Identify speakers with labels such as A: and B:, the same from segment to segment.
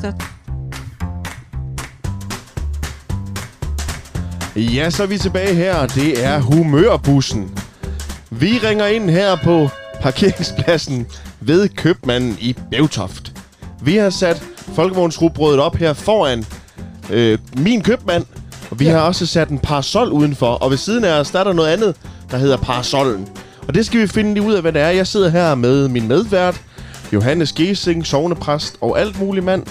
A: Så
B: Ja, så er vi tilbage her. Det er humørbussen. Vi ringer ind her på parkeringspladsen ved købmanden i Bævtoft. Vi har sat folkevognsrugbrødet op her foran øh, min købmand. Og vi ja. har også sat en parasol udenfor. Og ved siden af os, der er der noget andet, der hedder parasollen. Og det skal vi finde lige ud af, hvad det er. Jeg sidder her med min medvært, Johannes Gesing, sovnepræst og alt mulig mand.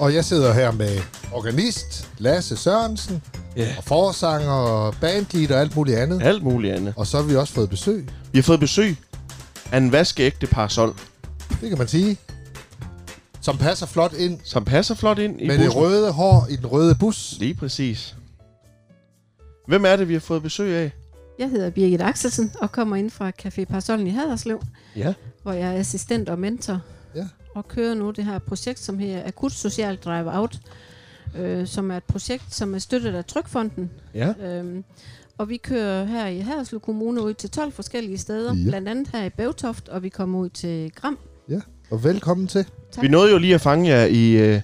C: Og jeg sidder her med organist Lasse Sørensen,
B: Ja.
C: og forsanger og bandlead og alt muligt andet.
B: Alt muligt andet.
C: Og så har vi også fået besøg,
B: Vi har fået besøg af en vaskeægte parasol,
C: det kan man sige, som passer flot ind
B: som passer flot ind i
C: med det
B: bussen.
C: røde hår i den røde bus.
B: Lige præcis. Hvem er det, vi har fået besøg af?
A: jeg hedder Birgit Axelsen og kommer ind fra Café Parasollen i Haderslev,
B: Ja.
A: hvor jeg er assistent og mentor
C: Ja.
A: og kører nu det her projekt, som hedder Akut Social Drive Out, øh, som er et projekt, som er støttet af Trykfonden.
B: Ja.
A: Øhm, og vi kører her i Haderslev Kommune ud til 12 forskellige steder,
C: Ja.
A: ja. blandt andet her i Bævtoft, og vi kommer ud til Gram.
C: Ja, og velkommen til.
A: Tak.
B: Vi nåede jo lige at fange jer i øh,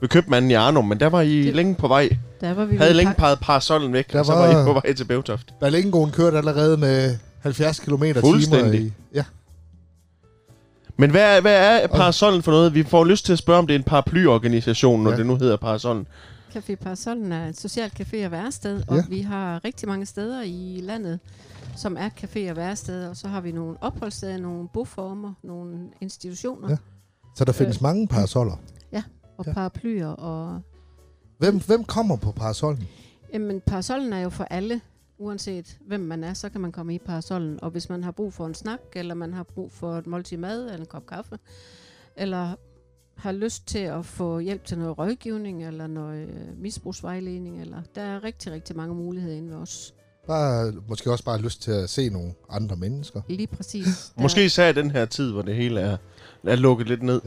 B: ved købmanden i Arnum, men der var I det.
A: Det-
B: længe på vej.
A: Der var vi
B: Havde
A: ved
B: længe
A: Pak-
B: peget parasollen væk,
C: Der
B: og så
C: var-
B: var I på vej til Bævtoft.
C: Berlingoen kørte allerede med 70 km timer
B: Fuldstændig.
C: i. Ja.
B: Men hvad er, hvad er parasollen for noget? Vi får lyst til at spørge, om det er en paraplyorganisation, når
C: Ja.
B: det nu hedder parasollen.
A: Café Parasollen er et socialt café og værested, og
C: Ja.
A: vi har rigtig mange steder i landet, som er café og væresteder, og så har vi nogle opholdssteder, nogle boformer, nogle institutioner
C: Ja.
A: ja.
C: Så der findes mange parasoller.
A: og
C: Ja.
A: paraplyer. Og,
C: Hvem, hvem kommer på parasollen?
A: jamen, parasollen er jo for alle, uanset hvem man er, så kan man komme i parasollen. Og hvis man har brug for en snak, eller man har brug for et måltid mad, eller en kop kaffe, eller har lyst til at få hjælp til noget rådgivning, eller noget øh, misbrugsvejledning, eller der er rigtig, rigtig mange muligheder inde ved os.
C: Bare, måske også bare lyst til at se nogle andre mennesker.
A: Lige præcis. Der-
B: Måske især i den her tid, hvor det hele er, er lukket lidt ned.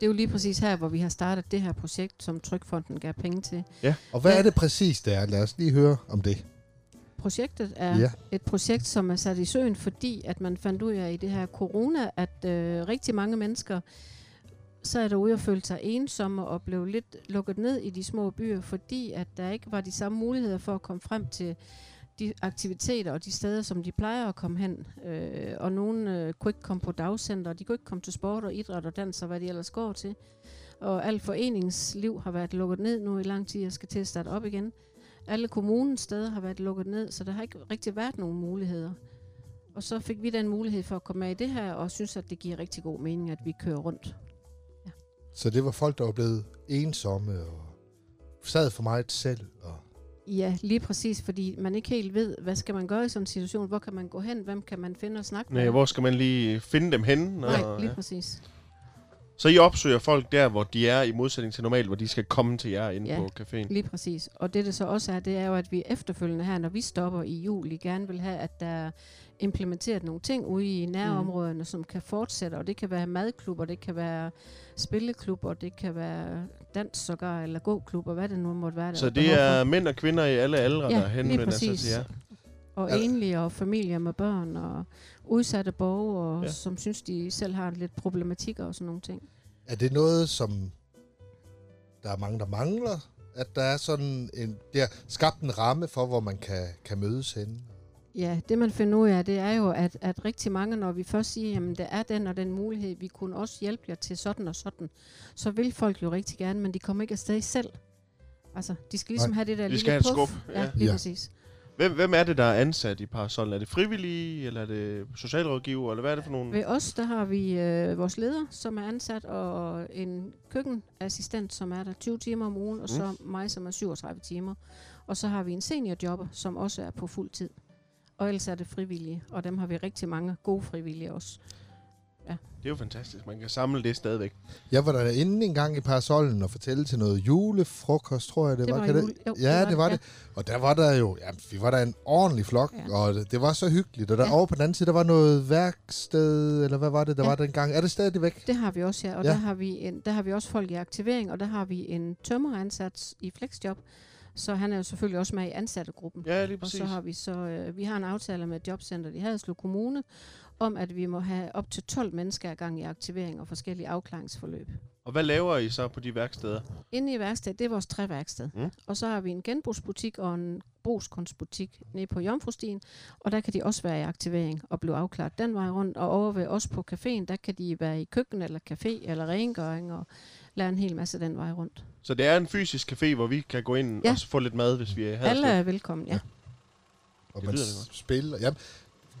A: Det er jo lige præcis her, hvor vi har startet det her projekt, som Trykfonden gav penge til.
C: Og hvad
A: Ja.
C: er det præcis, det er? Lad os lige høre om det.
A: Projektet er
C: Ja.
A: ja. et projekt, som er sat i søen, fordi at man fandt ud af i det her corona, at øh, rigtig mange mennesker sad derude og følte sig ensomme og blev lidt lukket ned i de små byer, fordi at der ikke var de samme muligheder for at komme frem til de aktiviteter og de steder, som de plejer at komme hen. Øh, og nogen øh, kunne ikke komme på dagcenter, de kunne ikke komme til sport og idræt og dans og hvad de ellers går til. Og alt foreningsliv har været lukket ned nu i lang tid, jeg skal til at starte op igen. Alle kommunens steder har været lukket ned, så der har ikke rigtig været nogen muligheder. Og så fik vi den mulighed for at komme med i det her, og synes, at det giver rigtig god mening, at vi kører rundt.
C: Så det var folk, der var blevet ensomme og sad for meget selv. Og
A: Ja, lige præcis, fordi man ikke helt ved, hvad skal man gøre i sådan en situation? Hvor kan man gå hen? Hvem kan man finde og snakke
B: Nej,
A: med?
B: hvor skal man lige finde dem henne?
A: Nej,
B: ja.
A: lige præcis.
B: Så I opsøger folk der, hvor de er, i modsætning til normalt, hvor de skal komme til jer inde
A: Ja.
B: på caféen.
A: Lige præcis. Og det det så også er, det er jo, at vi efterfølgende her, når vi stopper i juli, gerne vil have, at der er implementeret nogle ting ude i nærområderne, mm. som kan fortsætte. Og det kan være madklubber, det kan være spilleklubber, det kan være dans sågar, eller gåklubber, hvad det nu måtte være. der
B: Så
A: behov
B: det
A: for.
B: er mm, mænd og kvinder i alle aldre,
A: Ja,
B: der altså, henvender
A: lige
B: sig
A: præcis.
B: til jer.
A: Og
C: Er-
A: enlige og familier med børn og udsatte borgere,
B: Ja.
A: ja. som synes, de selv har lidt problematikker og sådan nogle ting.
C: er det noget, som der er mange, der mangler? At der er sådan en, der er skabt en ramme for, hvor man kan, kan mødes henne?
A: Ja, det man finder ud af, det er jo, at, at rigtig mange, når vi først siger, jamen der er den og den mulighed, vi kunne også hjælpe jer til sådan og sådan, så vil folk jo rigtig gerne, men de kommer ikke afsted selv. Altså, de skal ligesom
C: Nej.
A: have det der
B: De
A: lille
B: skal have et
A: puff.
B: skub, ja.
A: Ja, lige
C: Ja.
A: ja. præcis.
B: Hvem, hvem er det, der er ansat i Parasollen? Er det frivillige, eller er det socialrådgiver, eller hvad er det for
C: Mm.
B: nogle?
A: Ved os, der har vi øh, vores leder, som er ansat, og en køkkenassistent, som er der 20 timer om ugen, og
C: Mm.
A: så mig, som er 37 timer. Og så har vi en seniorjobber, som også er på fuld tid. Og ellers er det frivillige, og dem har vi rigtig mange gode frivillige også.
B: Det er jo fantastisk, man kan samle det stadigvæk.
C: Jeg var der inde en gang i parasollen og fortælle til noget julefrokost, tror jeg det,
A: Det
C: var.
A: var
C: kan
A: jule-
C: det?
A: jo,
C: ja, det var det. Og der var der jo, ja, vi var der en ordentlig flok, ja.
A: Ja.
C: og det, det var så hyggeligt. Og der ja.
A: Ja.
C: over på den anden side, der var noget værksted, eller hvad var det, der ja.
A: Ja.
C: var dengang? Er det stadigvæk?
A: Det har vi også, ja. Og
C: Ja.
A: ja. Der, har vi en, der har vi også folk i aktivering, og der har vi en tømmeransat i flexjob. Så han er jo selvfølgelig også med i ansattegruppen.
B: Ja, lige
A: og
B: præcis.
A: så har vi så, øh, vi har en aftale med Jobcenteret i Haderslev Kommune om, at vi må have op til 12 mennesker ad gang i aktivering og forskellige afklaringsforløb.
B: Og hvad laver I så på de værksteder?
A: Inde i værkstedet, det er vores træværksted.
B: Mm.
A: Mm. Og så har vi en genbrugsbutik og en brugskunstbutik nede på Jomfrustien, og der kan de også være i aktivering og blive afklaret den vej rundt. Og over ved os på caféen, der kan de være i køkken eller café eller rengøring og lære en hel masse den vej rundt.
B: Så det er en fysisk café, hvor vi kan gå ind ja.
A: Ja.
B: og så få lidt mad, hvis vi er her.
A: Alle er velkommen, ja.
C: Og
B: Det
C: man
B: lyder da godt.
C: spiller... Jamen,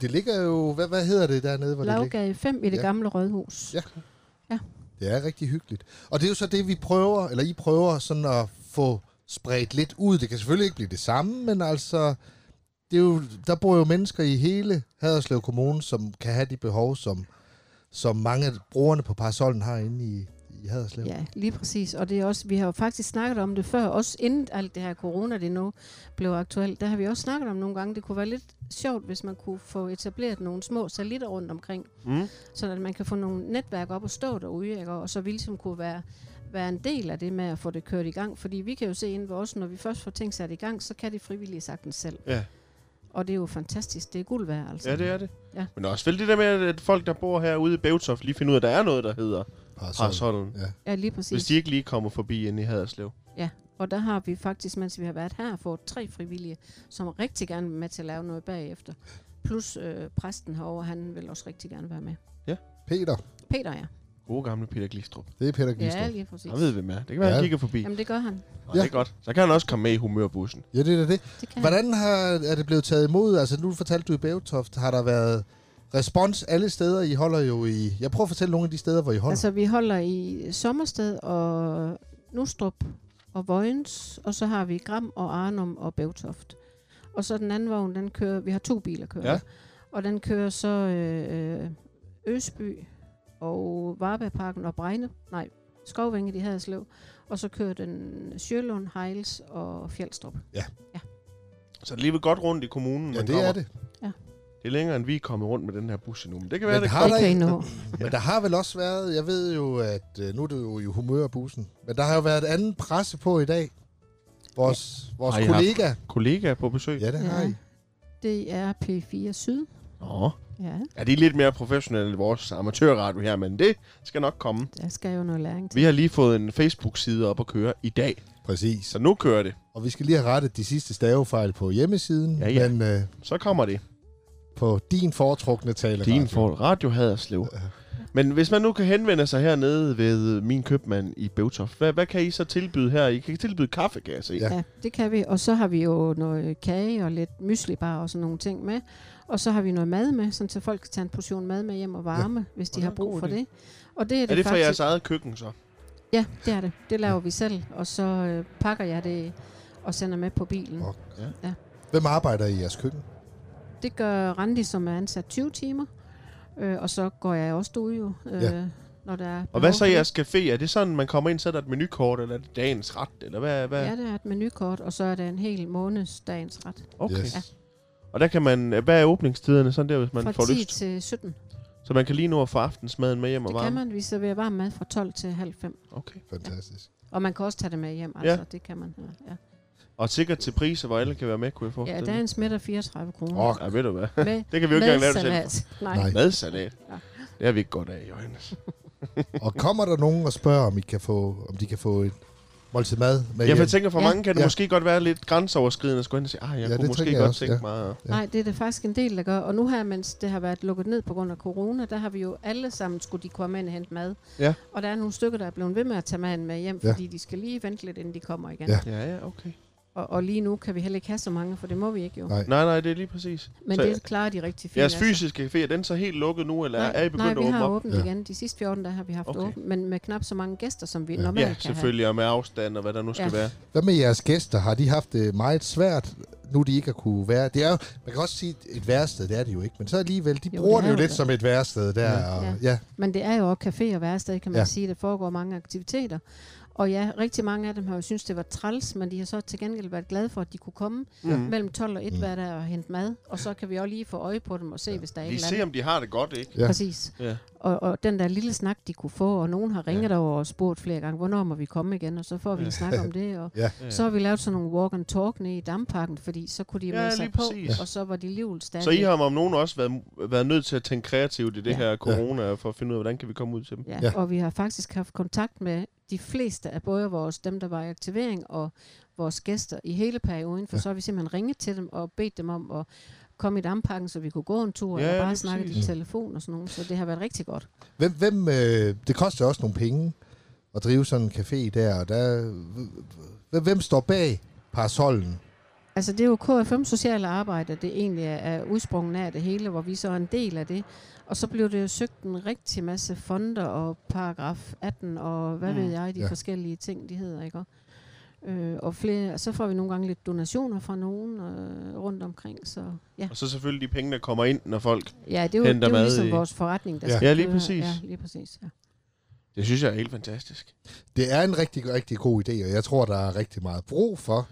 C: det ligger jo... Hvad, hvad hedder det dernede, hvor det ligger?
A: Lavgade 5 i det
C: Ja.
A: ja. gamle rådhus.
C: Ja.
A: Ja.
C: Det er rigtig hyggeligt. Og det er jo så det, vi prøver, eller I prøver sådan at få spredt lidt ud. Det kan selvfølgelig ikke blive det samme, men altså, det er jo, der bor jo mennesker i hele Haderslev Kommune, som kan have de behov, som, som mange af brugerne på Parasollen har inde i, i Haderslev.
A: ja, lige præcis. Og det er også, vi har jo faktisk snakket om det før, også inden alt det her corona, det nu blev aktuelt. Der har vi også snakket om nogle gange, det kunne være lidt sjovt, hvis man kunne få etableret nogle små satellitter rundt omkring,
B: Mm.
A: så at man kan få nogle netværk op og stå derude, ikke? og så vi ligesom kunne være, være en del af det med at få det kørt i gang. Fordi vi kan jo se inden ved os, når vi først får ting sat i gang, så kan de frivillige sagtens selv.
B: Ja.
A: Og det er jo fantastisk. Det er guld værd, altså.
B: Ja, det er det.
A: Ja.
B: Men også vel det der med, at folk, der bor herude i Bevtoft, lige finder ud af, at der er noget, der hedder
C: Parasol.
B: Harsholm.
A: Ja, lige præcis.
B: Hvis de ikke lige kommer forbi inde i Haderslev.
A: Og der har vi faktisk, mens vi har været her, fået tre frivillige, som rigtig gerne vil med til at lave noget bagefter. Plus øh, præsten herover, han vil også rigtig gerne være med.
C: Peter,
A: Peter, ja.
B: Gode gamle Peter Glistrup.
C: det er Peter Glistrup.
A: Ja,
C: Ja,
A: lige præcis.
B: Han ved, hvem er. Det kan være, ja.
C: Ja.
B: han kigger forbi. Jamen.
A: Jamen, det gør han.
B: Og ja. det er godt. Så kan han også komme med i humørbussen.
C: ja det er da det.
A: Det kan han.
C: Hvordan har, er det blevet taget imod? Altså, nu fortalte du i Bævetoft, har der været respons alle steder? I holder jo i... Jeg prøver at fortælle nogle af de steder, hvor I holder.
A: Altså, vi holder i Sommersted og Nustrup og Vojens, og så har vi Gram og Arnum og Bævtoft. Og så den anden vogn, den kører, vi har to biler kører.
B: Ja.
A: Og den kører så øh, øh, Øsby og Varbergparken og Bregne, nej, Skovvinge, de havde sløv. Og så kører den Sjølund, Hejls og Fjeldstrup.
B: Så det er alligevel godt rundt i kommunen,
C: ja,
B: man
C: det
B: kommer.
C: er det.
B: Det er længere, end vi er kommet rundt med den her bus endnu. Men det kan være,
C: Men
B: det
C: har
B: kommer.
A: det
C: der
A: kan I
C: ikke-
A: nå.
C: Men der har vel også været, jeg ved jo, at øh, nu er det jo i humørbussen, men der har jo været et andet presse på i dag. Vores, ja. vores
B: Har I haft-
C: kollega.
B: kollega på besøg.
C: Ja, det har
A: Ja.
C: I.
A: Det er P4 Syd.
B: Nå.
A: Ja,
B: Ja, de er lidt mere professionelle end vores amatørradio her, men det skal nok komme.
A: der skal jo noget læring til.
B: Vi har lige fået en Facebook-side op at køre i dag,
C: Præcis.
B: så nu kører det.
C: Og vi skal lige have rettet de sidste stavefejl på hjemmesiden,
B: Ja, ja.
C: men øh,
B: Så kommer det.
C: på din foretrukne taler.
B: Din for Radio Haderslev. Men hvis man nu kan henvende sig hernede ved Min Købmand i Bøvtoft, hvad, hvad kan I så tilbyde her? I kan tilbyde kaffe, kan jeg se.
C: Ja.
A: Ja, det kan vi. Og så har vi jo noget kage og lidt myslibar og sådan nogle ting med. Og så har vi noget mad med, sådan så folk kan tage en portion mad med hjem og varme, ja. hvis
B: Og
A: de
B: det er
A: har
B: en
A: brug
B: god
A: for
B: idé.
A: det. Og det er,
B: Er
A: det
B: det fra
A: faktisk...
B: jeres eget køkken så?
A: Ja, det er det. Det laver vi selv, og så øh, pakker jeg det og sender med på bilen.
C: Og-
A: Ja.
C: Hvem arbejder i jeres køkken?
A: Det gør Randi, som er ansat 20 timer. Øh, og så går jeg også ud jo, øh,
C: Ja.
A: ja. når der er
B: Og
A: behov
B: hvad så
A: for
B: i
A: det.
B: jeres café? Er det sådan, man kommer ind, så er der et menukort, eller er det dagens ret? Eller hvad? hvad?
A: Ja, det er et menukort, og så er det en hel måneds dagens ret.
B: Okay.
C: Yes.
A: Ja.
B: Og der kan man... øh, Hvad er åbningstiderne sådan der, hvis man
A: Fra
B: får
A: 10
B: lyst?
A: til 17.
B: Så man kan lige nå at få aftensmaden med hjem og
A: Det kan
B: varme?
A: man. Vi serverer varm mad fra 12 til halv 5.
B: Okay.
C: Fantastisk.
A: Og man kan også tage det med hjem, altså. Ja. Det kan man. Ja,
B: Og sikkert til priser, hvor alle kan være med, kunne jeg
A: ja
B: forestille
A: der er
B: mig.
A: en smidt af 34 kroner.
C: Åh,
B: Ja, ved du hvad?
A: Med,
B: Det kan vi jo ikke
A: med
B: engang lave det selv.
A: salat. Nej.
C: Nej.
A: Nej.
B: Madsalat.
A: Ja.
B: Det har vi ikke godt af, Johannes.
C: og kommer der nogen og spørger, om, I kan få, om de kan få et måltid mad med
B: Jeg
C: hjem?
B: tænker, for
A: Ja.
B: mange kan det
C: Ja.
B: måske godt være lidt grænseoverskridende at skulle hen og sige, ah, jeg
C: Ja,
B: ja,
C: det
B: kunne måske
C: tænker jeg
B: godt
C: også,
B: tænke
C: ja.
B: mig... at-"
C: Ja.
A: Nej, det er det faktisk en del, der gør. Og nu her, mens det har været lukket ned på grund af corona, der har vi jo alle sammen skulle de komme ind og hente mad.
B: Ja.
A: Og der er nogle stykker, der er blevet ved med at tage maden med hjem,
C: Ja.
A: fordi de skal lige vente lidt, inden de kommer igen.
C: Ja.
B: Ja, ja, okay.
A: Og, og lige nu kan vi heller ikke have så mange, for det må vi ikke jo.
C: Nej.
B: Nej, nej, det er lige præcis.
A: Men
B: så,
A: det klarer de rigtig fint.
B: Jeres fysiske café, er den så helt lukket nu, eller
A: altså. Nej,
B: er I begyndt
A: nej,
B: at
A: vi
B: åbne
A: har
B: op?
A: åbent
C: Ja.
A: igen. De sidste 14 dage har vi haft
B: Okay.
A: åbent, men med knap så mange gæster, som vi
C: Ja.
A: normalt
B: Ja,
A: kan have.
B: selvfølgelig, og med afstand og hvad der nu skal
A: Ja.
B: være.
C: Hvad med jeres gæster? Har de haft det meget svært, nu de ikke har kunne være? Det er jo, man kan også sige, et værested, det er det jo ikke, men så alligevel, de jo,
A: Jo,
C: bruger
A: det
C: det,
A: er
C: jo
A: jo
C: lidt
A: det.
C: som et værested der. Ja. Og, ja.
A: Men det er jo også café og værsted, kan man
C: Ja.
A: ja. sige. Der foregår mange aktiviteter. Og ja, rigtig mange af dem har jo syntes, det var træls, men de har så til gengæld været glade for, at de kunne komme mm. mellem 12 og 1 hver dag og hente mad. Og så kan vi også lige få øje på dem og se, ja. hvis der er et
B: Vi
A: eller andet.
B: ser, om de har det godt, ikke?
C: Ja.
A: Ja. Præcis.
B: Ja.
A: Og, og den der lille snak, de kunne få, og nogen har ringet ja. over og spurgt flere gange, hvornår må vi komme igen, og så får vi en snak om det. Og
C: Ja.
A: Så har vi lavet sådan nogle walk and talk nede i damparken, fordi så kunne de
B: Ja,
A: ja, melde
B: lige
A: sig på,
B: præcis.
A: og så var de livet stadig.
B: Så I har om nogen også været, været nødt til at tænke kreativt i det
A: Ja.
B: her corona, for at finde ud af, hvordan kan vi komme ud til dem?
A: Ja,
C: Ja.
A: ja, og vi har faktisk haft kontakt med de fleste af både vores, dem, der var i aktivering, og vores gæster i hele perioden, for ja. så har vi simpelthen ringet til dem og bedt dem om at komme i damparken, så vi kunne gå en tur,
B: Ja,
A: ja, eller
B: lige
A: bare snakke
B: præcis.
A: i telefon og sådan noget. Så det har været rigtig godt.
C: Hvem, hvem, øh, det koster også nogle penge at drive sådan en café der, og der, hvem, hvem står bag parasollen?
A: Altså det er jo KFM Sociale Arbejde, det egentlig er, er udsprungen af det hele, hvor vi så er en del af det. Og så blev det jo søgt en rigtig masse fonder og paragraf 18 og hvad mm. ved jeg, de
C: Ja.
A: ja. forskellige ting, de hedder, ikke? Og, Øh, og flere, så får vi nogle gange lidt donationer fra nogen øh, rundt omkring, så ja.
B: Og så selvfølgelig de penge, der kommer ind, når folk...
A: Ja, det er jo, det
B: Henter
A: er jo
B: mad
A: ligesom
B: i-
A: vores forretning, der
C: Ja.
A: skal
B: Ja, lige
A: køre.
B: præcis.
A: Ja, lige præcis, ja.
B: Det synes jeg er helt fantastisk.
C: Det er en rigtig, rigtig god idé, og jeg tror, der er rigtig meget brug for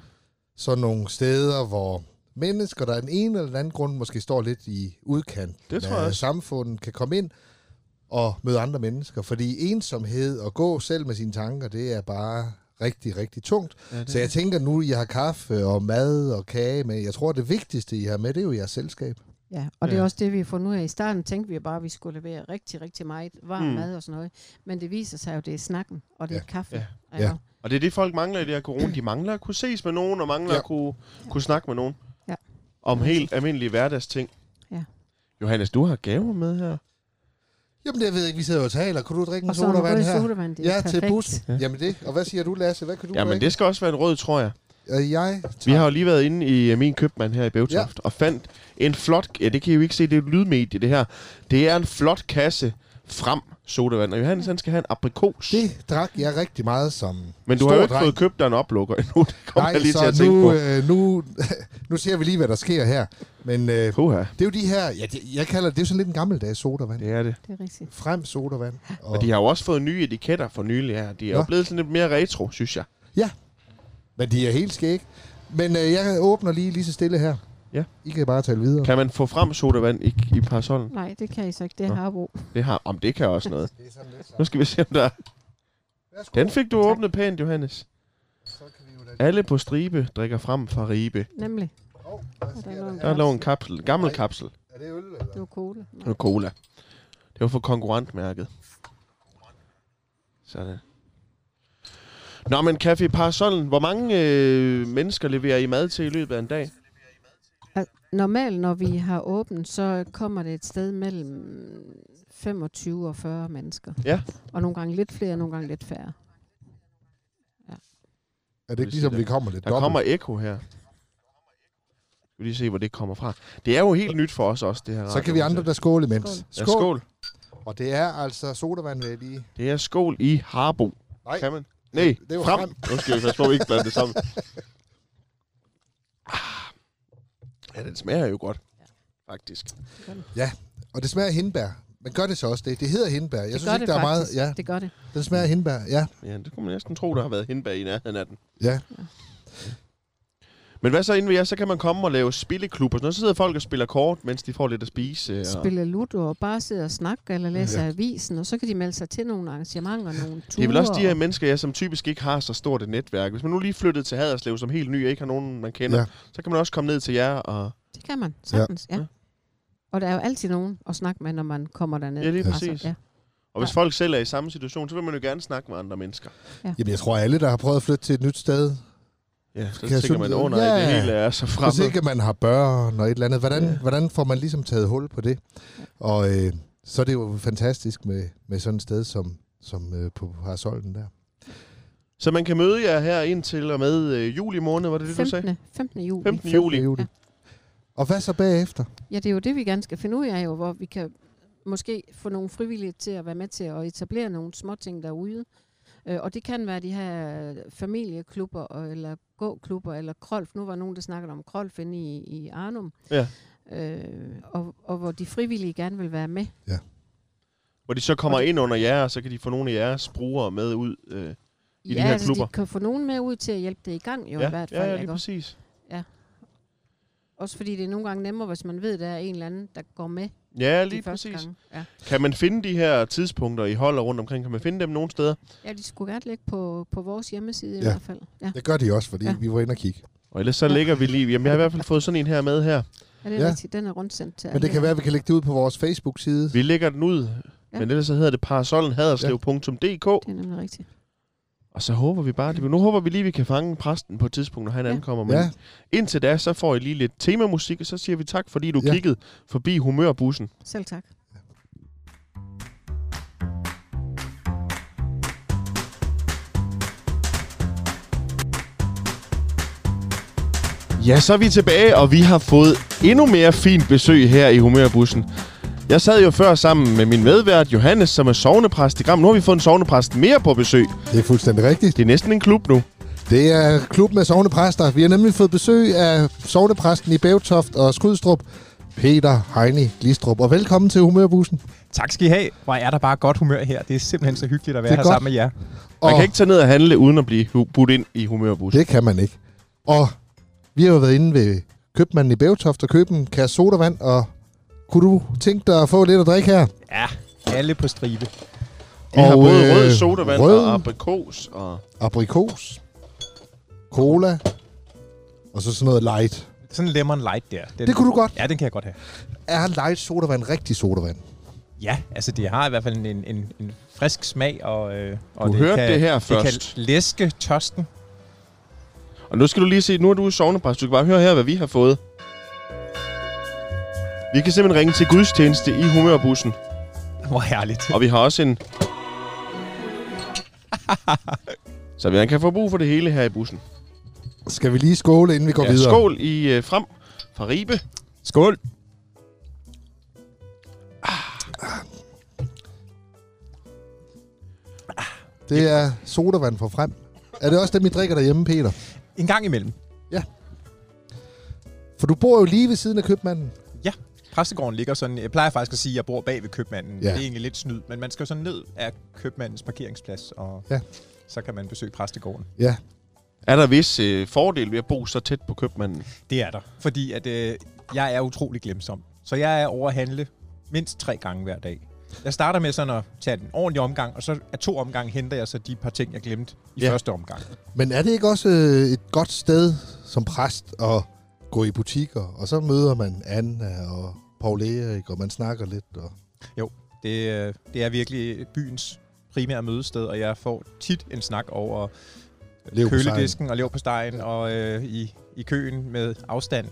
C: sådan nogle steder, hvor mennesker, der af den ene eller den anden grund måske står lidt i udkanten
B: Det tror jeg
C: af
B: også.
C: samfundet, kan komme ind og møde andre mennesker. Fordi ensomhed og gå selv med sine tanker, det er bare rigtig, rigtig tungt.
B: Ja, det
C: Så jeg tænker nu, I har kaffe og mad og kage med. Jeg tror, det vigtigste, I har med, det er jo jeres selskab.
A: Ja, og det er
B: Ja.
A: også det, vi har fundet ud af. I starten tænkte vi jo bare, at vi skulle levere rigtig, rigtig meget varm
B: Mm.
A: mm. mad og sådan noget. Men det viser sig jo, det er snakken, og det er
C: Ja.
A: kaffe.
B: Ja.
A: altså.
C: Ja.
B: Og det er det, folk mangler i det her corona. De mangler at kunne ses med nogen, og mangler
C: Ja.
B: at kunne, kunne snakke med nogen.
A: Ja.
B: Om helt almindelige hverdagsting.
A: Ja.
B: Johannes, du har gaver med her.
C: Jamen, det ved jeg ikke. Vi sidder jo og taler. Kunne du drikke en
A: Og så er der
C: sodavand
A: rød
C: her?
A: sodavand, det er
C: ja,
A: perfekt.
C: til bussen. Ja. Jamen det. Og hvad siger du, Lasse? Hvad kan du
B: Jamen,
C: drikke?
B: det skal også være en rød, tror jeg.
C: Øh, jeg
B: Vi har jo lige været inde i øh, min købmand her i Bevtoft, ja. og fandt en flot... Ja, det kan I jo ikke se, det er et lydmedie, det her. Det er en flot kasse frem sodavand, og Johannes, han skal have en aprikos.
C: Det drak jeg rigtig meget som
B: Men du
C: stor
B: har jo ikke
C: dreng.
B: fået købt dig en oplukker endnu, det kommer
C: Nej,
B: jeg lige
C: så
B: til at
C: nu,
B: tænke på.
C: Øh, nu, nu ser vi lige, hvad der sker her. Men øh,
B: Puha,
C: det er jo de her, ja, det, jeg kalder det, det er jo sådan lidt en gammeldags sodavand.
B: det er det.
A: Det er rigtigt.
C: Frem sodavand.
B: Og de har jo også fået nye etiketter for nylig her. De er jo
C: Nå.
B: blevet sådan lidt mere retro, synes jeg.
C: Men de er helt skæg. Men øh, jeg åbner lige lige så stille her.
B: Ja.
C: I kan bare tale videre.
B: Kan man få frem sodavand i, i parasollen?
A: Nej, det kan I så ikke. Det
B: Nå.
A: er Harbo.
B: Det har, om det kan også noget.
C: Det er sådan lidt
B: Nu skal vi se, om der
C: Værsgo.
B: Den fik du
A: Tak.
B: åbnet pænt, Johannes.
C: Så kan vi jo da...
B: Alle på stribe drikker frem fra ribe.
A: Nemlig.
C: Hov, hvad sker
A: Der er noget.
B: Der
C: her?
B: lå en kapsel, en gammel kapsel
C: Er det øl, eller?
A: Det var cola. Nå.
B: og cola. Det var for konkurrentmærket. Sådan. Nå, men Café Parasollen, hvor mange øh, mennesker leverer I mad til i løbet af en dag?
A: Normalt, når vi har åbent, så kommer det et sted mellem 25 og 40 mennesker.
B: Ja.
A: Og nogle gange lidt flere, nogle gange lidt færre.
C: Er det ikke ligesom, vi kommer lidt
B: Der kommer ekko her. Skal vi lige se, hvor det kommer fra. Det er jo helt nyt for os også, det her
C: Så kan vi andre
B: radioprojekt.
C: der skåle imens.
A: Skål.
B: Ja, skål.
C: Og det er altså sodavand, vil jeg lige...
B: Det er skål i Harbo.
C: Nej.
B: Kan man? Nej,
C: Det var
B: frem.
C: frem.
B: Nu skal vi passe på, at vi ikke blande det sammen. Ah. Ja, den smager jo godt. Faktisk.
C: Og det smager af hindbær. Men gør det så også det? Det hedder hindbær. Jeg
A: det
C: synes
A: gør
C: ikke,
A: det
C: der
A: faktisk.
C: er meget... Ja,
A: Det gør det.
C: den smager af hindbær. Ja,
B: Ja, det kunne man næsten tro, der har været hindbær i nærheden af den.
C: ja.
B: Men hvad så inden ved jer? Så kan man komme og lave spilleklub og sådan noget. Så sidder folk og spiller kort, mens de får lidt at spise. Og...
A: Spille ludo og bare sidde og snakke eller læse ja. avisen, og så kan de melde sig til nogle arrangementer, nogle ture.
B: Det er vel også de her
A: og-
B: mennesker, ja, som typisk ikke har så stort et netværk. Hvis man nu lige flyttede til Haderslev som helt ny og ikke har nogen, man kender, ja.
C: Ja.
B: så kan man også komme ned til jer og...
A: Det kan man, sagtens, ja.
B: Ja.
A: ja. Og der er jo altid nogen at snakke med, når man kommer derned.
B: Ja, lige præcis.
A: Altså, ja.
B: Og hvis folk selv er i samme situation, så vil man jo gerne snakke med andre mennesker.
C: Jamen, jeg tror, alle, der har prøvet at flytte til et nyt sted,
B: Ja, så
C: Kan jeg
B: tænker
C: synes-
B: man, åh nej,
C: Ja.
B: det hele er så
C: hvis
B: fremmed.
C: ikke man har børn og et eller andet, hvordan,
B: Ja.
C: ja. hvordan får man ligesom taget hul på det? Og øh, så er det jo fantastisk med, med sådan et sted som, som øh, på Harsolden der.
B: Så man kan møde jer her indtil og med øh, juli måned, var det det, du sagde?
A: 15. 15. juli.
B: 15. juli.
C: juli.
A: Ja.
C: Og hvad så bagefter?
A: Ja, det er jo det, vi gerne skal finde ud af, jo, hvor vi kan måske få nogle frivillige til at være med til at etablere nogle små ting derude. Øh, og det kan være de her familieklubber, og, eller gåklubber, eller krolf. Nu var nogen, der snakkede om krolf inde i, i Arnum.
B: Ja.
A: Øh, og, og hvor de frivillige gerne vil være med.
B: Hvor de så kommer ind under jer, og så kan de få nogle af jeres brugere med ud øh, i de her klubber.
A: altså, de kan få nogen med ud til at hjælpe det i gang jo ja, i hvert fald.
B: ja, ja, lige
A: ikke? også?
B: præcis.
A: Også fordi det er nogle gange nemmere, hvis man ved, at der er en eller anden, der går med
B: Ja, lige
A: de første
B: præcis. Gang.
A: gange. Ja.
B: Kan man finde de her tidspunkter i holdet rundt omkring? Kan man finde dem nogen steder?
A: ja, de skulle gerne ligge på, på vores hjemmeside ja. i
C: Ja.
A: hvert fald. Ja.
C: Det gør de også, fordi ja.
A: Ja.
C: vi var inde og kigge.
B: Og ellers så
A: Ja.
B: ligger vi lige... Jamen, jeg har i hvert fald fået sådan en her med her.
A: ja, det er
C: Ja.
A: ja. rigtigt. Den er rundt sendt til
C: Men det
A: alle.
C: kan være, at vi kan lægge det ud på vores Facebook-side.
B: Vi lægger den ud, ja.
A: Ja.
B: men ellers så hedder det parasollenhaderslev.dk.
A: Det er nemlig rigtigt.
B: Og så håber vi bare... Nu håber vi lige, vi kan fange præsten på et tidspunkt, når han
A: Ja.
B: ankommer. Men
C: Ja,
B: indtil da, så får I lige lidt temamusik, og så siger vi tak, fordi du ja.
C: Ja.
B: kiggede forbi humørbussen.
A: Selv tak.
B: Ja, så er vi tilbage, og vi har fået endnu mere fint besøg her i Humørbussen. Jeg sad jo før sammen med min medvært Johannes, som er sovnepræst i Gram. Nu har vi fået en sovnepræst mere på besøg.
C: det er fuldstændig rigtigt.
B: Det er næsten en klub nu.
C: Det er klubben af sovnepræster. Vi har nemlig fået besøg af sovnepræsten i Bævtoft og Skudstrup, Peter Heini Glistrup. Og velkommen til Humørbussen.
D: Tak skal I have. Hvor er der bare godt humør her. Det er simpelthen så hyggeligt at være
C: Det er
D: her
C: godt.
D: sammen med jer.
B: Man
C: Og
B: kan ikke tage ned og handle, uden at blive hu- budt ind i Humørbussen.
C: Det kan man ikke. Og vi har jo været inde ved købmanden i Bævtoft og købe en kasse sodavand, og kunne du tænke dig at få lidt at drikke her?
D: Ja, alle på stribe.
B: Vi har
C: og,
B: både
C: øh,
B: rød sodavand
C: rød.
B: og aprikos. Og...
C: Aprikos, cola, og så sådan noget light.
D: Sådan en lemon light der. Den,
C: Det kunne du godt.
D: Ja, den kan jeg godt have.
C: Er light sodavand rigtig sodavand?
D: Ja, altså det har i hvert fald en, en, en frisk smag. Og, øh, og
B: Du hørte det her
D: Det
B: først.
D: kan læske tørsten.
B: og nu skal du lige se, nu er du sovnepræst. Du kan bare høre her, hvad vi har fået. Vi kan simpelthen ringe til gudstjeneste i Humørbussen.
D: Hvor herligt.
B: Og vi har også en... Så man kan få brug for det hele her i bussen.
C: Skal vi lige skåle, inden vi går
B: Ja,
C: videre?
B: skål i øh, frem fra Ribe.
D: Skål.
C: Det er sodavand fra frem. Er det også dem, I drikker derhjemme, Peter?
D: En gang imellem.
C: For du bor jo lige ved siden af købmanden.
D: Præstegården ligger sådan... Jeg plejer faktisk at sige, at jeg bor bag ved købmanden.
C: Ja.
D: Ja. Det er egentlig lidt snyd, men man skal jo sådan ned af købmandens parkeringsplads, og
C: Ja.
D: ja. så kan man besøge præstegården.
C: Ja,
B: Er der vis øh, fordel ved at bo så tæt på købmanden?
D: Det er der, fordi at, øh, jeg er utrolig glemsom. Så jeg er over at handle mindst tre gange hver dag. Jeg starter med sådan at tage den ordentlige omgang, og så af to omgange henter jeg så de par ting, jeg glemte i
B: Ja.
D: ja. første omgang.
C: men er det ikke også øh, et godt sted som præst at gå i butikker, og så møder man Anna og Paul Erik, og man snakker lidt. Og...
D: Det, øh, det er virkelig byens primære mødested, og jeg får tit en snak over
C: Leverpostejen.
D: køledisken og lever på stegen og øh, i, i køen med afstand.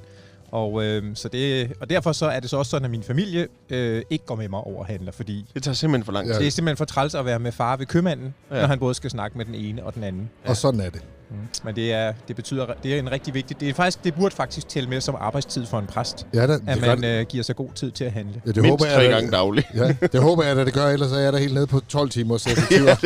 D: Og, øh, så det, og derfor så er det så også sådan, at min familie øh, ikke går med mig over og handler, fordi
B: Det tager simpelthen for lang
C: Ja.
B: tid.
D: Det er simpelthen for træls at være med far ved købmanden,
B: Ja.
D: ja. når han både skal snakke med den ene og den anden.
C: Ja. Og sådan er det.
D: Mm. Men det er, det betyder, det er en rigtig vigtig... Det, er faktisk, det burde faktisk tælle med som arbejdstid for en præst,
C: Ja, da,
D: at
C: det, gør
D: man
C: det.
D: øh, giver sig god tid til at handle.
C: Ja, det
B: Mindst
C: håber jeg,
B: tre
C: da-
B: gange dagligt.
C: Ja, det håber jeg, at det gør, ellers er jeg da helt nede på 12 timer. Så ja.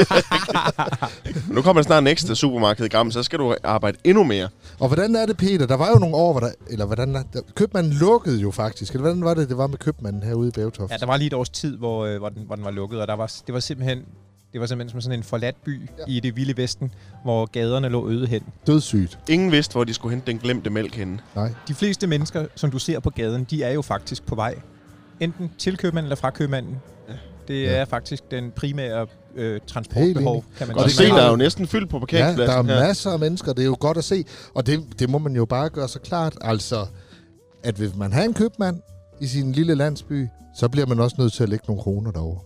B: Nu kommer der snart en ekstra supermarked i Gram, så skal du arbejde endnu mere.
C: Og hvordan er det, Peter? Der var jo nogle år, hvor der, eller hvordan er, der, købmanden lukkede jo faktisk. Eller hvordan var det, det var med købmanden herude i Bævtoft?
D: Ja, der var lige et års tid, hvor, øh, hvor, den, hvor den var lukket, og der var, det var simpelthen... Det var simpelthen som sådan en forladt by ja. i det vilde vesten, hvor gaderne lå øde hen.
C: Dødssygt.
B: Ingen vidste, hvor de skulle hente den glemte mælk henne.
C: Nej.
D: De fleste mennesker, som du ser på gaden, de er jo faktisk på vej. Enten til købmanden eller fra købmanden. Det
C: Ja.
D: er faktisk den primære øh,
C: enig.
D: transportbehov, kan man
B: Og det
D: sige.
B: se, der er jo næsten fyldt på
C: Ja, der er
B: parkeringspladsen her.
C: masser af mennesker, det er jo godt at se. Og det, det må man jo bare gøre så klart, altså, at hvis man har en købmand i sin lille landsby, så bliver man også nødt til at lægge nogle kroner derover.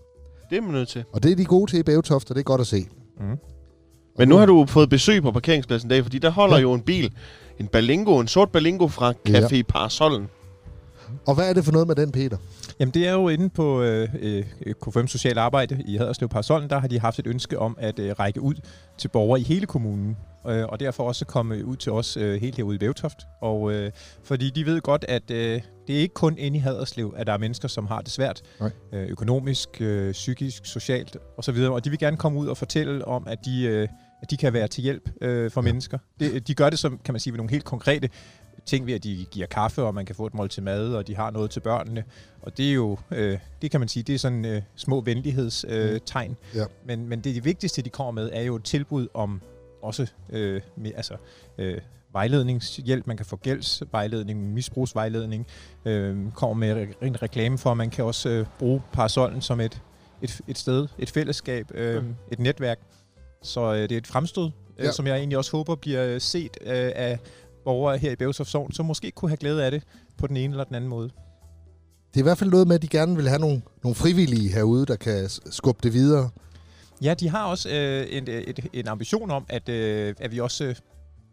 B: Det er man nødt til.
C: Og det er de gode til i Bævetoft, og det er godt at se.
B: Mm. Men nu har du fået besøg på parkeringspladsen i dag, fordi der holder
C: Ja.
B: jo en bil. En Balingo, en sort Balingo fra Café Parasollen.
C: Og hvad er det for noget med den, Peter?
D: Jamen det er jo inde på øh, øh, K5 Social Arbejde i Haderslev Parasollen, der har de haft et ønske om at øh, række ud til borgere i hele kommunen, øh, og derfor også komme ud til os øh, helt herude i Vævtoft. Og, øh, fordi de ved godt, at øh, det er ikke kun inde i Haderslev, at der er mennesker, som har det svært
C: Nej.
D: øh, økonomisk, øh, psykisk, socialt osv., og de vil gerne komme ud og fortælle om, at de, øh, at de kan være til hjælp øh, for
C: Ja.
D: ja. mennesker. Det, de gør det som, kan man sige, ved nogle helt konkrete ting ved, at de giver kaffe, og man kan få et måltid mad, og de har noget til børnene. Og det er jo, øh, det kan man sige, det er sådan øh, små venlighedstegn. Øh, tegn.
C: Mm. Ja.
D: Men, men det, det vigtigste, de kommer med, er jo et tilbud om også øh, med altså, øh, vejledningshjælp. Man kan få gældsvejledning, misbrugsvejledning. Øh, kommer med re- en reklame for, at man kan også øh, bruge parasollen som et, et, et sted, et fællesskab, øh,
B: Mm.
D: et netværk. Så øh, det er et fremstød, øh,
C: Ja.
D: som jeg egentlig også håber bliver øh, set øh, af borgere her i Bævsoft Sogn, som måske kunne have glæde af det på den ene eller den anden måde.
C: Det er i hvert fald noget med, at de gerne vil have nogle, nogle frivillige herude, der kan s- skubbe det videre.
D: Ja, de har også øh, en, øh, et, en ambition om, at, øh, at vi også øh,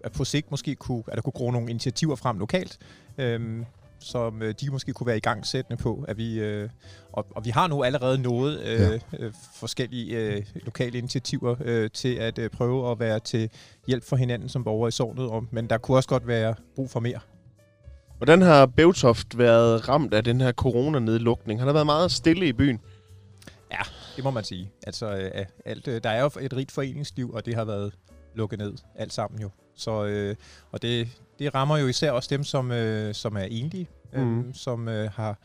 D: at på sigt måske kunne, at der kunne gro nogle initiativer frem lokalt, øh, som øh, de måske kunne være i gang sættende på. At vi, øh, og, og vi har nu allerede noget øh, øh, forskellige øh, lokale initiativer øh, til at øh, prøve at være til hjælp for hinanden som borgere i sognet, og, men der kunne også godt være brug for mere.
B: Hvordan har Bevtoft været ramt af den her coronanedlukning? Han har været meget stille i byen.
D: Det må man sige. Altså, øh, af alt, øh, der er jo et rigt foreningsliv, og det har været lukket ned alt sammen jo. Så, øh, og det, det rammer jo især også dem, som, øh, som er enlige, øh,
B: Mhm.
D: mm. som øh, har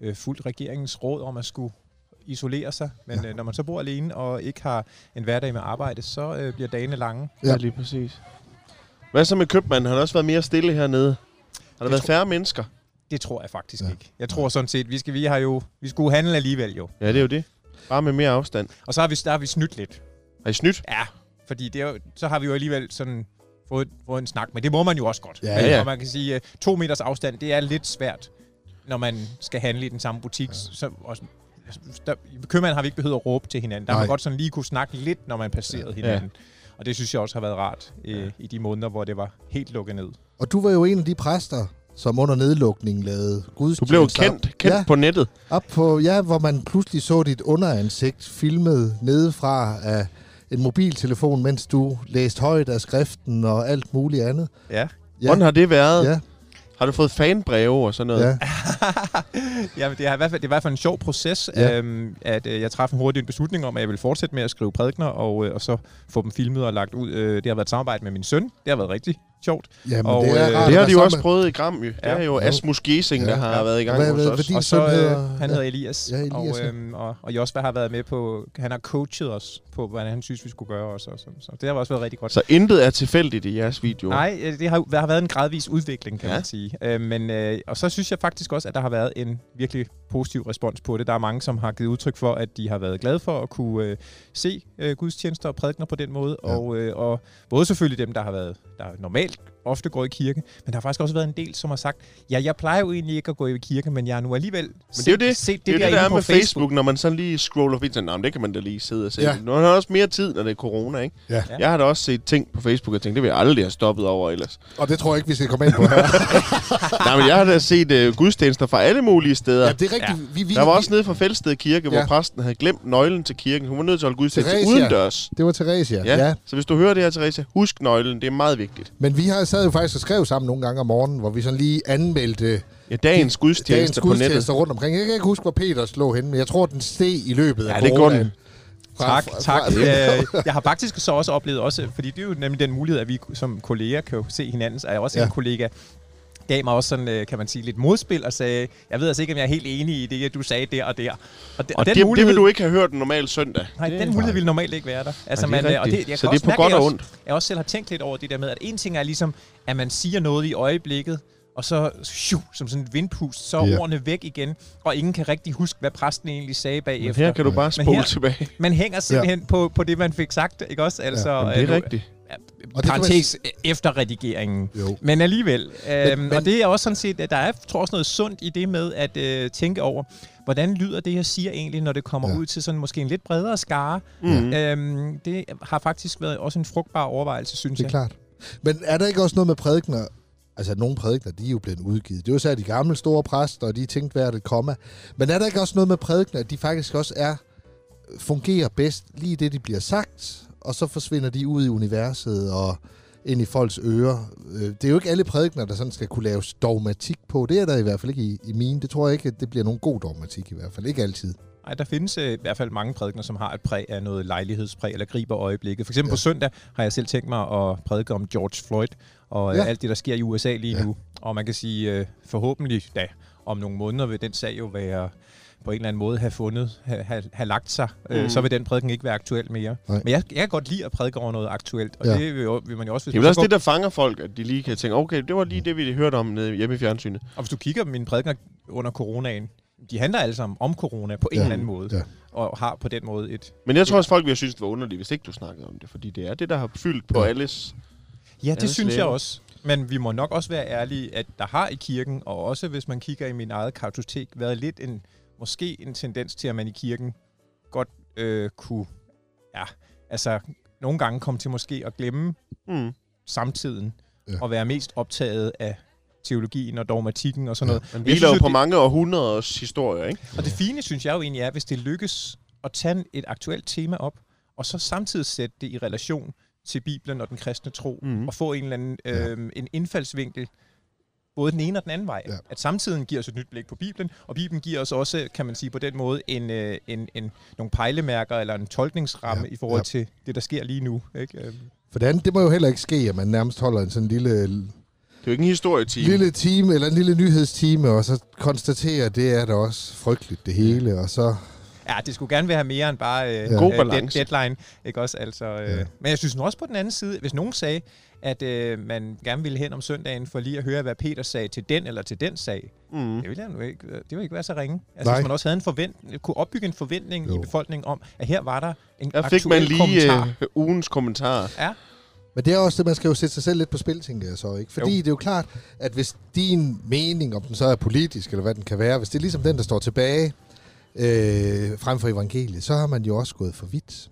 D: øh, fulgt regeringens råd om at skulle isolere sig. Men ja. øh, når man så bor alene og ikke har en hverdag med arbejde, så øh, bliver dagene lange.
C: Ja.
B: lige præcis. Hvad så med købmanden? Han har også været mere stille hernede. Har der
D: Jeg
B: været
D: tror-
B: færre mennesker?
D: Det tror jeg faktisk
C: Ja.
D: ja. ikke. Jeg tror sådan set, vi, skal, vi, har jo, vi skulle handle alligevel jo.
B: Ja, det er jo det. Bare med mere afstand.
D: Og så har vi, der har vi snydt lidt.
B: Har I snydt?
D: Ja, fordi det er jo, så har vi jo alligevel sådan fået, fået en snak, men det må man jo også godt.
C: Ja,
D: Men-
B: ja.
D: Og man kan sige, at to meters afstand, det er lidt svært, når man skal handle i den samme butik. Ja. Så, og, der, I købmanden har vi ikke behøvet at råbe til hinanden. Der har
C: Nej.
D: man godt sådan lige kunne snakke lidt, når man passerede
B: Ja.
D: hinanden. Og det synes jeg også har været rart øh,
B: Ja.
D: i de måneder, hvor det var helt lukket ned.
C: Og du var jo en af de præster, som under nedlukningen lavede
B: Du blev jo
C: gudstjenester op-
B: kendt, kendt
C: Ja.
B: ja. på nettet.
C: Op på, ja, hvor man pludselig så dit underansigt filmet nedefra af en mobiltelefon, mens du læste højt af skriften og alt muligt andet.
D: Ja.
B: Ja. Hvordan har det været? Ja.
C: ja,
B: Har du fået fanbreve og sådan noget? Øh,
C: ja. Ah,
D: ja, men det, har i hvert fald, det er i hvert fald en sjov proces,
C: Ja.
D: ja. øhm, at øh, jeg træffede hurtigt en beslutning om, at jeg ville fortsætte med at skrive prædikner, og, øh, og så få dem filmet og lagt ud. Øh, det har været et samarbejde med min søn. Det har været rigtig sjovt.
C: Jamen,
D: Og,
C: det
D: øh,
C: er rart
B: Det
C: at
B: har de jo
C: være sammen
B: også
C: med-
B: prøvet i Gram, jo. Det
D: Ja.
B: er jo
C: Jo.
B: Asmus Gesing,
C: Ja.
B: der har
D: Ja.
B: været i gang
C: Hvad-
B: hos
C: hvad-
B: os.
C: fordi- Din
D: og
C: søn
D: så,
C: hedder-
D: øh, han
C: ja.
D: hedder Elias,
C: Ja, Elias,
D: og,
C: ja.
D: øhm, og, og Josva har været med på, han har coachet os på, hvordan han synes, vi skulle gøre os, og sådan, så det har også været rigtig godt.
B: Så intet er tilfældigt i jeres video.
D: Nej, øh, det har, der har været en gradvis udvikling, kan
B: Ja.
D: ja. man sige. Øh, men, øh, og så synes jeg faktisk også, at der har været en virkelig positiv respons på det. Der er mange, som har givet udtryk for, at de har været glade for at kunne øh, se øh, gudstjenester og prædikner på den måde.
C: Ja.
D: Ja. Og, øh, og både selvfølgelig dem, der har været der normalt ofte går i kirke, men der har faktisk også været en del, som har sagt, ja, jeg plejer jo egentlig ikke at gå i kirke, men jeg har nu alligevel men
B: Men det er jo det,
D: set
B: Det, det er jo det,
D: inde
B: der er
D: på
B: med Facebook, Facebook, når man sådan lige scroller forbi, så "Nå, men det kan man da lige sidde og se.
C: Ja.
B: Ja. Nu har man også mere tid, når det er corona, ikke?
C: Ja.
D: Ja.
B: Jeg har da også set ting på Facebook, og tænkt, det vil jeg aldrig have stoppet over ellers.
C: Og det tror jeg ikke, vi skal komme ind på her.
B: Nej, men jeg har da set øh, gudstjenester fra alle mulige steder.
C: ja, det er rigtigt. Ja. Vi, vi,
B: der var
C: vi-
B: også nede fra Fældsted Kirke, ja.
C: Ja.
B: hvor præsten havde glemt nøglen til kirken. Hun var nødt til at holde gudstjeneste
C: Theresia.
B: udendørs.
C: Det var Theresia, ja. ja.
B: Så hvis du hører det her, Therese, husk nøglen. Det er meget vigtigt.
C: Men vi har sad jo faktisk og skrev sammen nogle gange om morgenen, hvor vi sådan lige anmeldte
B: Ja, dagens
C: dagens
B: gudstjenester på nettet.
C: gudstjenester rundt omkring. Jeg kan ikke huske, hvor Peters lå henne, men jeg tror, den steg i løbet af
B: Ja, det gjorde
C: coronaen.
B: den.
C: Fra-
D: Tak,
C: fra-
D: tak.
C: fra-
D: Øh, jeg har faktisk så også oplevet også, fordi det er jo nemlig den mulighed, at vi som kolleger kan jo se hinandens, og jeg er også
C: Ja.
D: ja. en kollega gav mig også sådan, øh, kan man sige, lidt modspil og sagde, jeg ved altså ikke, om jeg er helt enig i det, du sagde der og der. Og, de,
B: Og, og det, det vil du ikke have hørt en normal søndag.
D: Nej, den
C: Nej.
D: mulighed ville normalt ikke være der. Altså,
B: Nej, det er
D: man, øh, og
B: rigtigt.
D: det, jeg
B: Så
D: kan
B: det er
D: også
B: på
D: mærke,
B: godt
D: jeg
B: og
D: også-
B: ondt.
D: Jeg også selv har tænkt lidt over det der med, at en ting er ligesom, at man siger noget i øjeblikket, og så shoo, som sådan et vindpust, så er
C: Ja.
D: ordene væk igen, og ingen kan rigtig huske, hvad præsten egentlig sagde
B: Men
D: bagefter.
B: her kan du bare
D: Men
B: spole
D: her-
B: tilbage.
D: Man hænger simpelthen ja. på, på det, man fik sagt, ikke også? Altså,
B: Jamen, det
D: øh,
B: er
D: nu-
B: rigtigt.
C: Og
D: og
C: det kan
D: parentes man... efter redigeringen.
C: Jo.
D: Men alligevel. Øhm,
C: men-
D: men... Og det er også sådan set, at der er tror jeg, også noget sundt i det med at øh, tænke over, hvordan lyder det, jeg siger egentlig, når det kommer
C: Ja.
D: ja. ud til sådan måske en lidt bredere skare.
B: Mm.
D: Øhm, det har faktisk været også en frugtbar overvejelse, synes
C: Det er
D: jeg.
C: klart. Men er der ikke også noget med prædikner? Altså, nogle prædikner, de er jo blevet udgivet. Det var så de gamle store præster, og de tænkte hvert et komma. Men er der ikke også noget med prædikner, at de faktisk også er fungerer bedst lige i det, de bliver sagt, og så forsvinder de ud i universet og ind i folks ører. Øh, Det er jo ikke alle prædikner, der sådan skal kunne laves dogmatik på. Det er der i hvert fald ikke i, i mine. Det tror jeg ikke, at det bliver nogen god dogmatik i hvert fald. Ikke altid.
D: Ej, der findes øh, i hvert fald mange prædikener, som har et præg af noget lejlighedspræg eller griber øjeblikket. For eksempel ja. på søndag har jeg selv tænkt mig at prædike om George Floyd og øh,
C: Ja.
D: ja. alt det, der sker i USA lige
C: Ja.
D: ja. nu. Og man kan sige, øh, forhåbentlig da om nogle måneder vil den sag jo være på en eller anden måde have fundet, have, have, have lagt sig, øh,
B: Mm.
D: så vil den prædiken ikke være aktuel mere.
C: Nej.
D: Men jeg, jeg kan godt lide at prædike over noget aktuelt, og
C: Ja.
D: ja. det vil, jo- vil man jo også... Hvis
B: Det er
D: man
B: vel også
D: så
B: det, der fanger folk, at de lige kan tænke, okay, det var lige det, vi hørte om nede hjemme i fjernsynet.
D: Og hvis du kigger på mine prædikener under coronaen, de handler alle sammen om corona på en
C: Ja.
D: eller anden måde,
C: Ja.
D: og har på den måde et...
B: Men jeg tror også, folk ville synes, det var underligt, hvis ikke du snakkede om det, fordi det er det, der har fyldt på
C: Ja.
B: ja. alles...
D: Ja, det
B: det
D: synes jeg
B: slæber.
D: også. Men vi må nok også være ærlige, at der har i kirken, og også hvis man kigger i min eget kartotek, været lidt en, måske en tendens til, at man i kirken godt øh, kunne, ja, altså nogle gange komme til måske at glemme
B: Mm.
D: samtiden,
C: Ja.
D: ja. og være mest optaget af teologien og dogmatikken og sådan
C: Ja.
D: noget.
B: Man
D: Jeg
B: hviler
D: synes
B: jo
D: jo,
B: på
D: det-
B: mange århundreders historier, ikke?
D: Og det fine, synes jeg jo egentlig er, hvis det lykkes at tage et aktuelt tema op, og så samtidig sætte det i relation til Bibelen og den kristne tro,
B: Mhm.
D: mm. og få en eller anden
C: Ja.
D: øh, en indfaldsvinkel, både den ene og den anden vej.
C: Ja.
D: Ja. At samtiden giver os et nyt blik på Bibelen, og Bibelen giver os også, kan man sige på den måde, en, øh, en, en, nogle pejlemærker eller en tolkningsramme
C: Ja.
D: ja. i forhold
C: Ja.
D: ja. til det, der sker lige nu. Ikke? Øhm.
C: For det andet, det må jo heller ikke ske, at man nærmest holder en sådan lille
B: Det er jo ikke en historietime.
C: lille time, eller en lille nyhedstime, og så konstaterer, at det er da også frygteligt det hele, og så...
D: Ja, det skulle gerne være mere end bare øh,
C: Ja.
B: God
D: øh,
B: balance.
D: dead, deadline. Ikke også? Altså, øh,
C: Ja.
D: ja. Men jeg synes nu også på den anden side, hvis nogen sagde, at øh, man gerne ville hen om søndagen for lige at høre, hvad Peter sagde til den eller til den sag,
B: Mm.
D: det ville, jeg nu ikke, øh, det ville ikke være så ringe. Altså,
C: Mm-hmm. Nej.
D: hvis man også havde en forvent, kunne opbygge en forventning
C: Jo.
D: i befolkningen om, at her var der en
B: Der fik
D: aktuel
B: man lige
D: kommentar.
B: øh, ugens kommentar.
D: Ja,
C: Men det er også det, man skal jo sætte sig selv lidt på spil, tænker jeg så, ikke? Fordi jo.
D: Jo.
C: det er jo klart, at hvis din mening, om den så er politisk, eller hvad den kan være, hvis det er ligesom den, der står tilbage øh, frem for evangeliet, så har man jo også gået for vidt.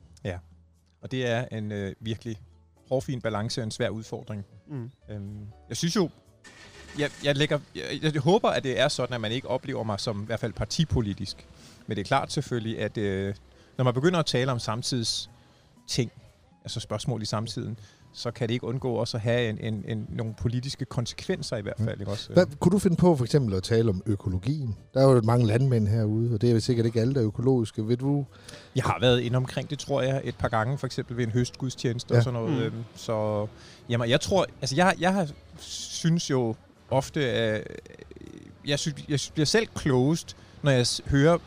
D: og det er en øh, virkelig hårfin balance og en svær udfordring.
B: Mm.
D: Øhm, jeg synes jo, jeg, jeg, lægger, jeg, jeg håber, at det er sådan, at man ikke oplever mig som i hvert fald partipolitisk. Men det er klart selvfølgelig, at øh, når man begynder at tale om samtids ting, altså spørgsmål i samtiden, så kan det ikke undgå også at have en, en, en, nogle politiske konsekvenser i hvert fald. Ikke også?
C: Mm. Hvad, kunne du finde på for eksempel at tale om økologien? Der er jo mange landmænd herude, og det er jo sikkert ikke alle, der er økologiske. Ved du?
D: Jeg har været inde omkring det, tror jeg, et par gange, for eksempel ved en
C: Ja.
D: høstgudstjeneste ja. og sådan noget. Mm. Så jamen, jeg tror, altså jeg, jeg har- synes jo ofte, at øh, jeg, synes, jeg bliver selv klogest, når jeg s- hører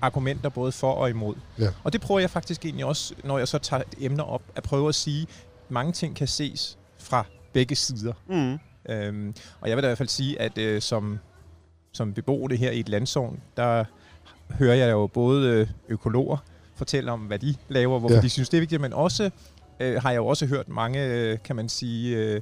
D: argumenter både for og imod.
C: Ja.
D: Og det prøver jeg faktisk egentlig også, når jeg så tager et emne op, at prøve at sige, at mange ting kan ses fra begge sider.
B: Mm.
D: Øhm, og jeg vil da i hvert fald sige, at øh, som, som beboende her i et landsovn, der hører jeg jo både øh, økologer fortælle om, hvad de laver, hvorfor
C: Ja.
D: ja. de synes, det er vigtigt, men også øh, har jeg jo også hørt mange, øh, kan man sige, øh,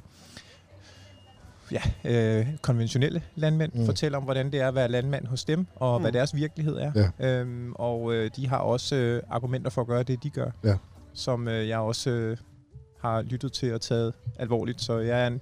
D: ja, øh, konventionelle landmænd
C: Mm.
D: mm. fortælle om, hvordan det er at være landmand hos dem, og
B: Mm.
D: mm. hvad deres virkelighed er. Ja. Øhm, og øh, de har også øh, argumenter for at gøre det, de gør,
C: Ja.
D: som øh, jeg også øh, har lyttet til og taget alvorligt, så jeg er en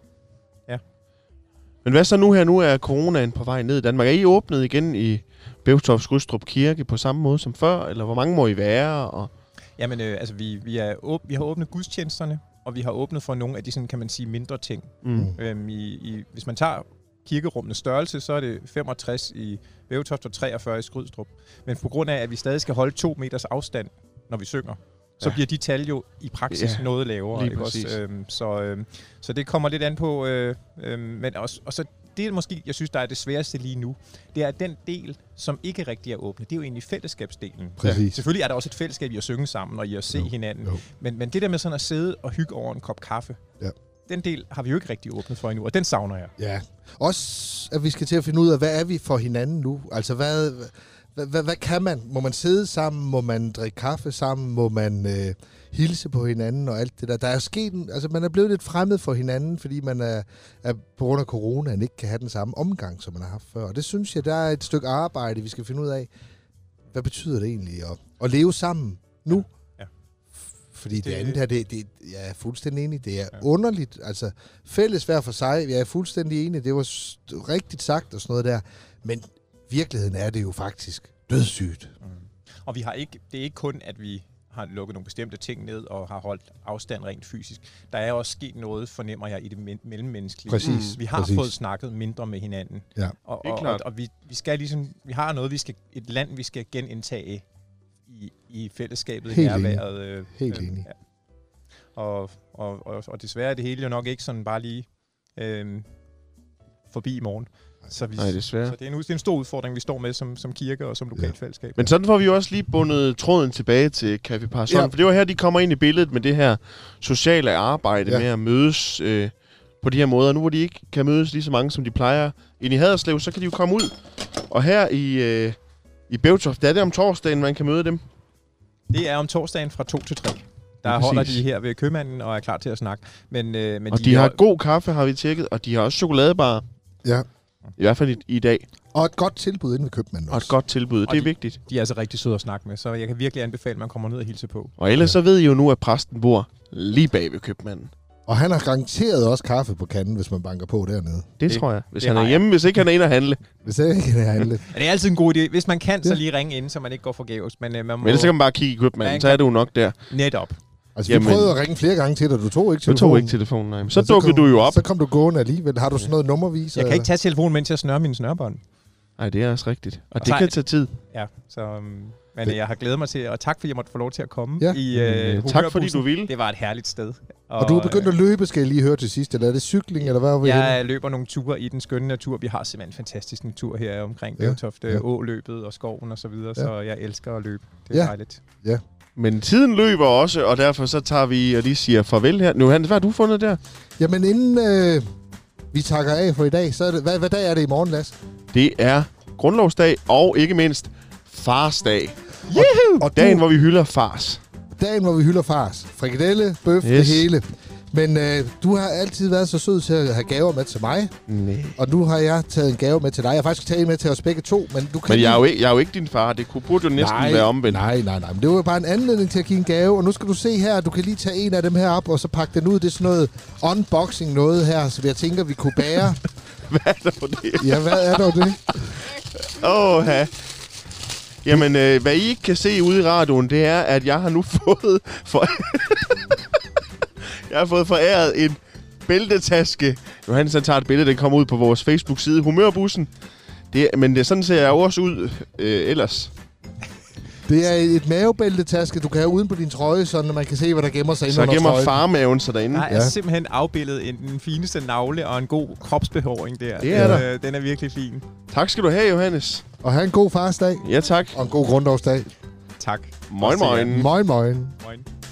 B: Men hvad så nu her? Nu er coronaen på vej ned i Danmark. Er I åbnet igen i Bevtofts Rydstrup Kirke på samme måde som før? Eller hvor mange må I være? Og...
D: Jamen, øh, altså, vi, vi, er åb- vi har åbnet gudstjenesterne, og vi har åbnet for nogle af de, sådan, kan man sige, mindre ting.
B: Mm.
D: Øhm, i, i, hvis man tager kirkerummenes størrelse, så er det 65 i Vævetoft og 43 i Skrydstrup. Men på grund af, at vi stadig skal holde to meters afstand, når vi synger, så
B: Ja.
D: bliver de tal jo i praksis
B: Ja,
D: noget lavere.
B: lige
D: ikke
B: præcis.
D: også? Øhm, så, øhm, så det kommer lidt an på... Øh, øhm, men også, og så det, er måske, jeg synes, der er det sværeste lige nu, det er at den del, som ikke rigtig er åbnet. Det er jo egentlig fællesskabsdelen.
C: Præcis.
D: Selvfølgelig er der også et fællesskab i at synge sammen og i at se
C: Jo,
D: hinanden.
C: jo.
D: Men, men det der med sådan at sidde og hygge over en kop kaffe,
C: Ja.
D: den del har vi jo ikke rigtig åbnet for endnu, og den savner jeg.
C: Ja. Også, at vi skal til at finde ud af, hvad er vi for hinanden nu? Altså, hvad, hvad, hvad, hvad kan man? Må man sidde sammen? Må man drikke kaffe sammen? Må man øh, hilse på hinanden og alt det der? Der er sket, en- altså, man er blevet lidt fremmed for hinanden, fordi man er, er på grund af coronaen ikke kan have den samme omgang, som man har haft før. Og det synes jeg, der er et stykke arbejde, vi skal finde ud af. Hvad betyder det egentlig at, at leve sammen nu?
D: Ja.
C: Fordi det, det
D: Det-
C: andet her, det, det, jeg er fuldstændig enig, det er ja.
D: Ja.
C: underligt. Altså, fælles hver for sig, jeg er fuldstændig enig, det var s- rigtigt sagt og sådan noget der. Men virkeligheden er det jo faktisk dødssygt.
D: Mm. Og vi har ikke, det er ikke kun, at vi har lukket nogle bestemte ting ned og har holdt afstand rent fysisk. Der er også sket noget, fornemmer jeg, i det men- mellemmenneskelige.
C: Præcis,
D: Vi har
C: præcis.
D: fået snakket mindre med hinanden.
C: Ja.
D: Og,
B: Det er
D: og, og,
B: klart.
D: og vi, vi, skal ligesom, vi har noget, vi skal, et land, vi skal genindtage i, i fællesskabet, i
C: Helt enig.
D: nærværet. Øh,
C: Helt enig.
D: Ja. Og, og, og, og desværre er det hele jo nok ikke sådan bare lige øh, øhm, forbi i morgen. Så, vi,
B: Nej, desværre.
D: så det, er en, ud- det er en stor udfordring, vi står med som, som kirke og som lokalt fællesskab.
B: Men sådan får vi jo også lige bundet tråden tilbage til Café Parasol, ja.
C: Ja.
B: for det var her, de kommer ind i billedet med det her sociale arbejde ja.
C: Ja.
B: med at mødes øh, på de her måder. Nu hvor de ikke kan mødes lige så mange, som de plejer ind i Haderslev, så kan de jo komme ud. Og her i, øh, i Bevtoft, der er det om torsdagen, man kan møde dem.
D: Det er om torsdagen fra 2 til 3. Der
B: Ja,
D: holder
B: præcis.
D: de her ved købmanden og er klar til at snakke. Men, øh, men
B: Og de har god kaffe, har vi tjekket, og de har også chokoladebarer.
C: Ja.
B: I hvert fald i, i dag.
C: Og et godt tilbud inde ved købmanden
B: Og et
C: også.
B: godt tilbud,
D: Og
B: det er
D: de-
B: vigtigt.
D: de er altså rigtig søde at snakke med, så jeg kan virkelig anbefale, at man kommer ned og hilser på.
B: Og ellers så ved I jo nu, at præsten bor lige bag ved købmanden.
C: Og han har garanteret også kaffe på kanden, hvis man banker på dernede.
B: Det, det
D: Det-
B: tror jeg. Hvis
D: det
B: han
D: har
B: er
D: jeg.
B: hjemme, hvis ikke han er inde og handle.
C: Hvis jeg ikke kan handle.
D: Men det er altid en god idé. Hvis man kan, så
C: Ja.
D: lige ringe ind, så man ikke går forgæves. Men øh, man må
B: Men ellers så kan man bare kigge i købmanden,
D: Man
B: så er du nok der.
D: netop.
C: Altså, vi
B: Jamen.
C: prøvede at ringe flere gange til dig, du tog ikke
B: Du
C: telefonen.
B: tog ikke telefonen, nej. Men Så
C: Men
B: dukkede
C: kom-
B: du jo op.
C: Så kom du gående alligevel. Har du sådan noget nummervis?
D: Jeg kan ikke
C: eller?
D: tage telefonen, mens jeg snører mine snørbånd.
B: Nej, det er også rigtigt. Og det
D: Sejt.
B: kan tage tid.
D: Ja, så, øhm, men øh, jeg har glædet mig til, og tak fordi jeg måtte få lov til at komme
C: Ja.
D: i
B: Øh,
D: øh,
B: tak fordi du
D: Humørbussen.
B: ville.
D: Det var et herligt sted.
C: Og du er begyndt at løbe, skal jeg lige høre til sidst. Eller er det cykling, eller hvad var vi henne?
D: øh, Jeg løber nogle ture i den skønne natur. Vi har simpelthen en fantastisk natur her omkring
C: Ja,
D: Bævtoft, ja.
C: ja.
D: Åløbet og skoven og så videre,
C: Ja.
D: så jeg elsker at løbe. Det er
C: Ja. Mm.
D: dejligt.
B: Men tiden løber også, og derfor så tager vi og lige siger farvel her. Nu, Hans, hvad har du fundet der?
C: Jamen, inden øh, vi takker af for i dag, så er det... Hvad, hvad dag er det i morgen, Lasse?
B: Det er grundlovsdag, og ikke mindst farsdag.
C: Og
B: Dagen,
C: dagen,
B: hvor vi hylder fars.
C: du, dagen, hvor vi hylder fars. Frikadelle, bøf, yes. det
B: Yes.
C: hele. Men øh, du har altid været så sød til at have gaver med til mig,
B: Nej.
C: og nu har jeg taget en gave med til dig. Jeg har faktisk taget en med til os begge to, men du kan...
B: Men jeg er,
C: lige-
B: jo ikke, jeg er jo ikke din far. Det kunne, burde jo næsten
C: nej,
B: være omvendt.
C: Nej, nej, nej. Men det var jo bare en anledning til at give en gave, og nu skal du se her, du kan lige tage en af dem her op, og så pakke den ud. Det er sådan noget unboxing noget her, som jeg tænker, vi kunne bære.
B: Hvad er der på det?
C: ja, hvad er dog det?
B: Åh, ja. Jamen, øh, hvad I ikke kan se ude i radioen, det er, at jeg har nu fået for... jeg har fået foræret en bæltetaske. Johannes han tager et billede, den kommer ud på vores Facebook-side, Humørbussen. Det, er- men det, sådan ser jeg jo også ud øh, ellers.
C: Det er et mavebæltetaske, du kan have uden på din trøje, så man kan se, hvad der gemmer sig
B: Så
C: inde
B: jeg
C: under
B: gemmer
C: trøjen.
B: farmaven så derinde.
D: Der
B: Nej.
D: er
C: Ja.
D: simpelthen afbildet en, den fineste navle og en god kropsbehåring der.
B: Det er der.
D: Øh, den er virkelig fin.
B: Tak skal du have, Johannes.
C: Og have en god farsdag,
B: Ja, tak.
C: og en god grundlovsdag.
D: Tak.
B: Moin,
D: Også til jer.
B: moin.
C: Moin, moin.
D: Moin.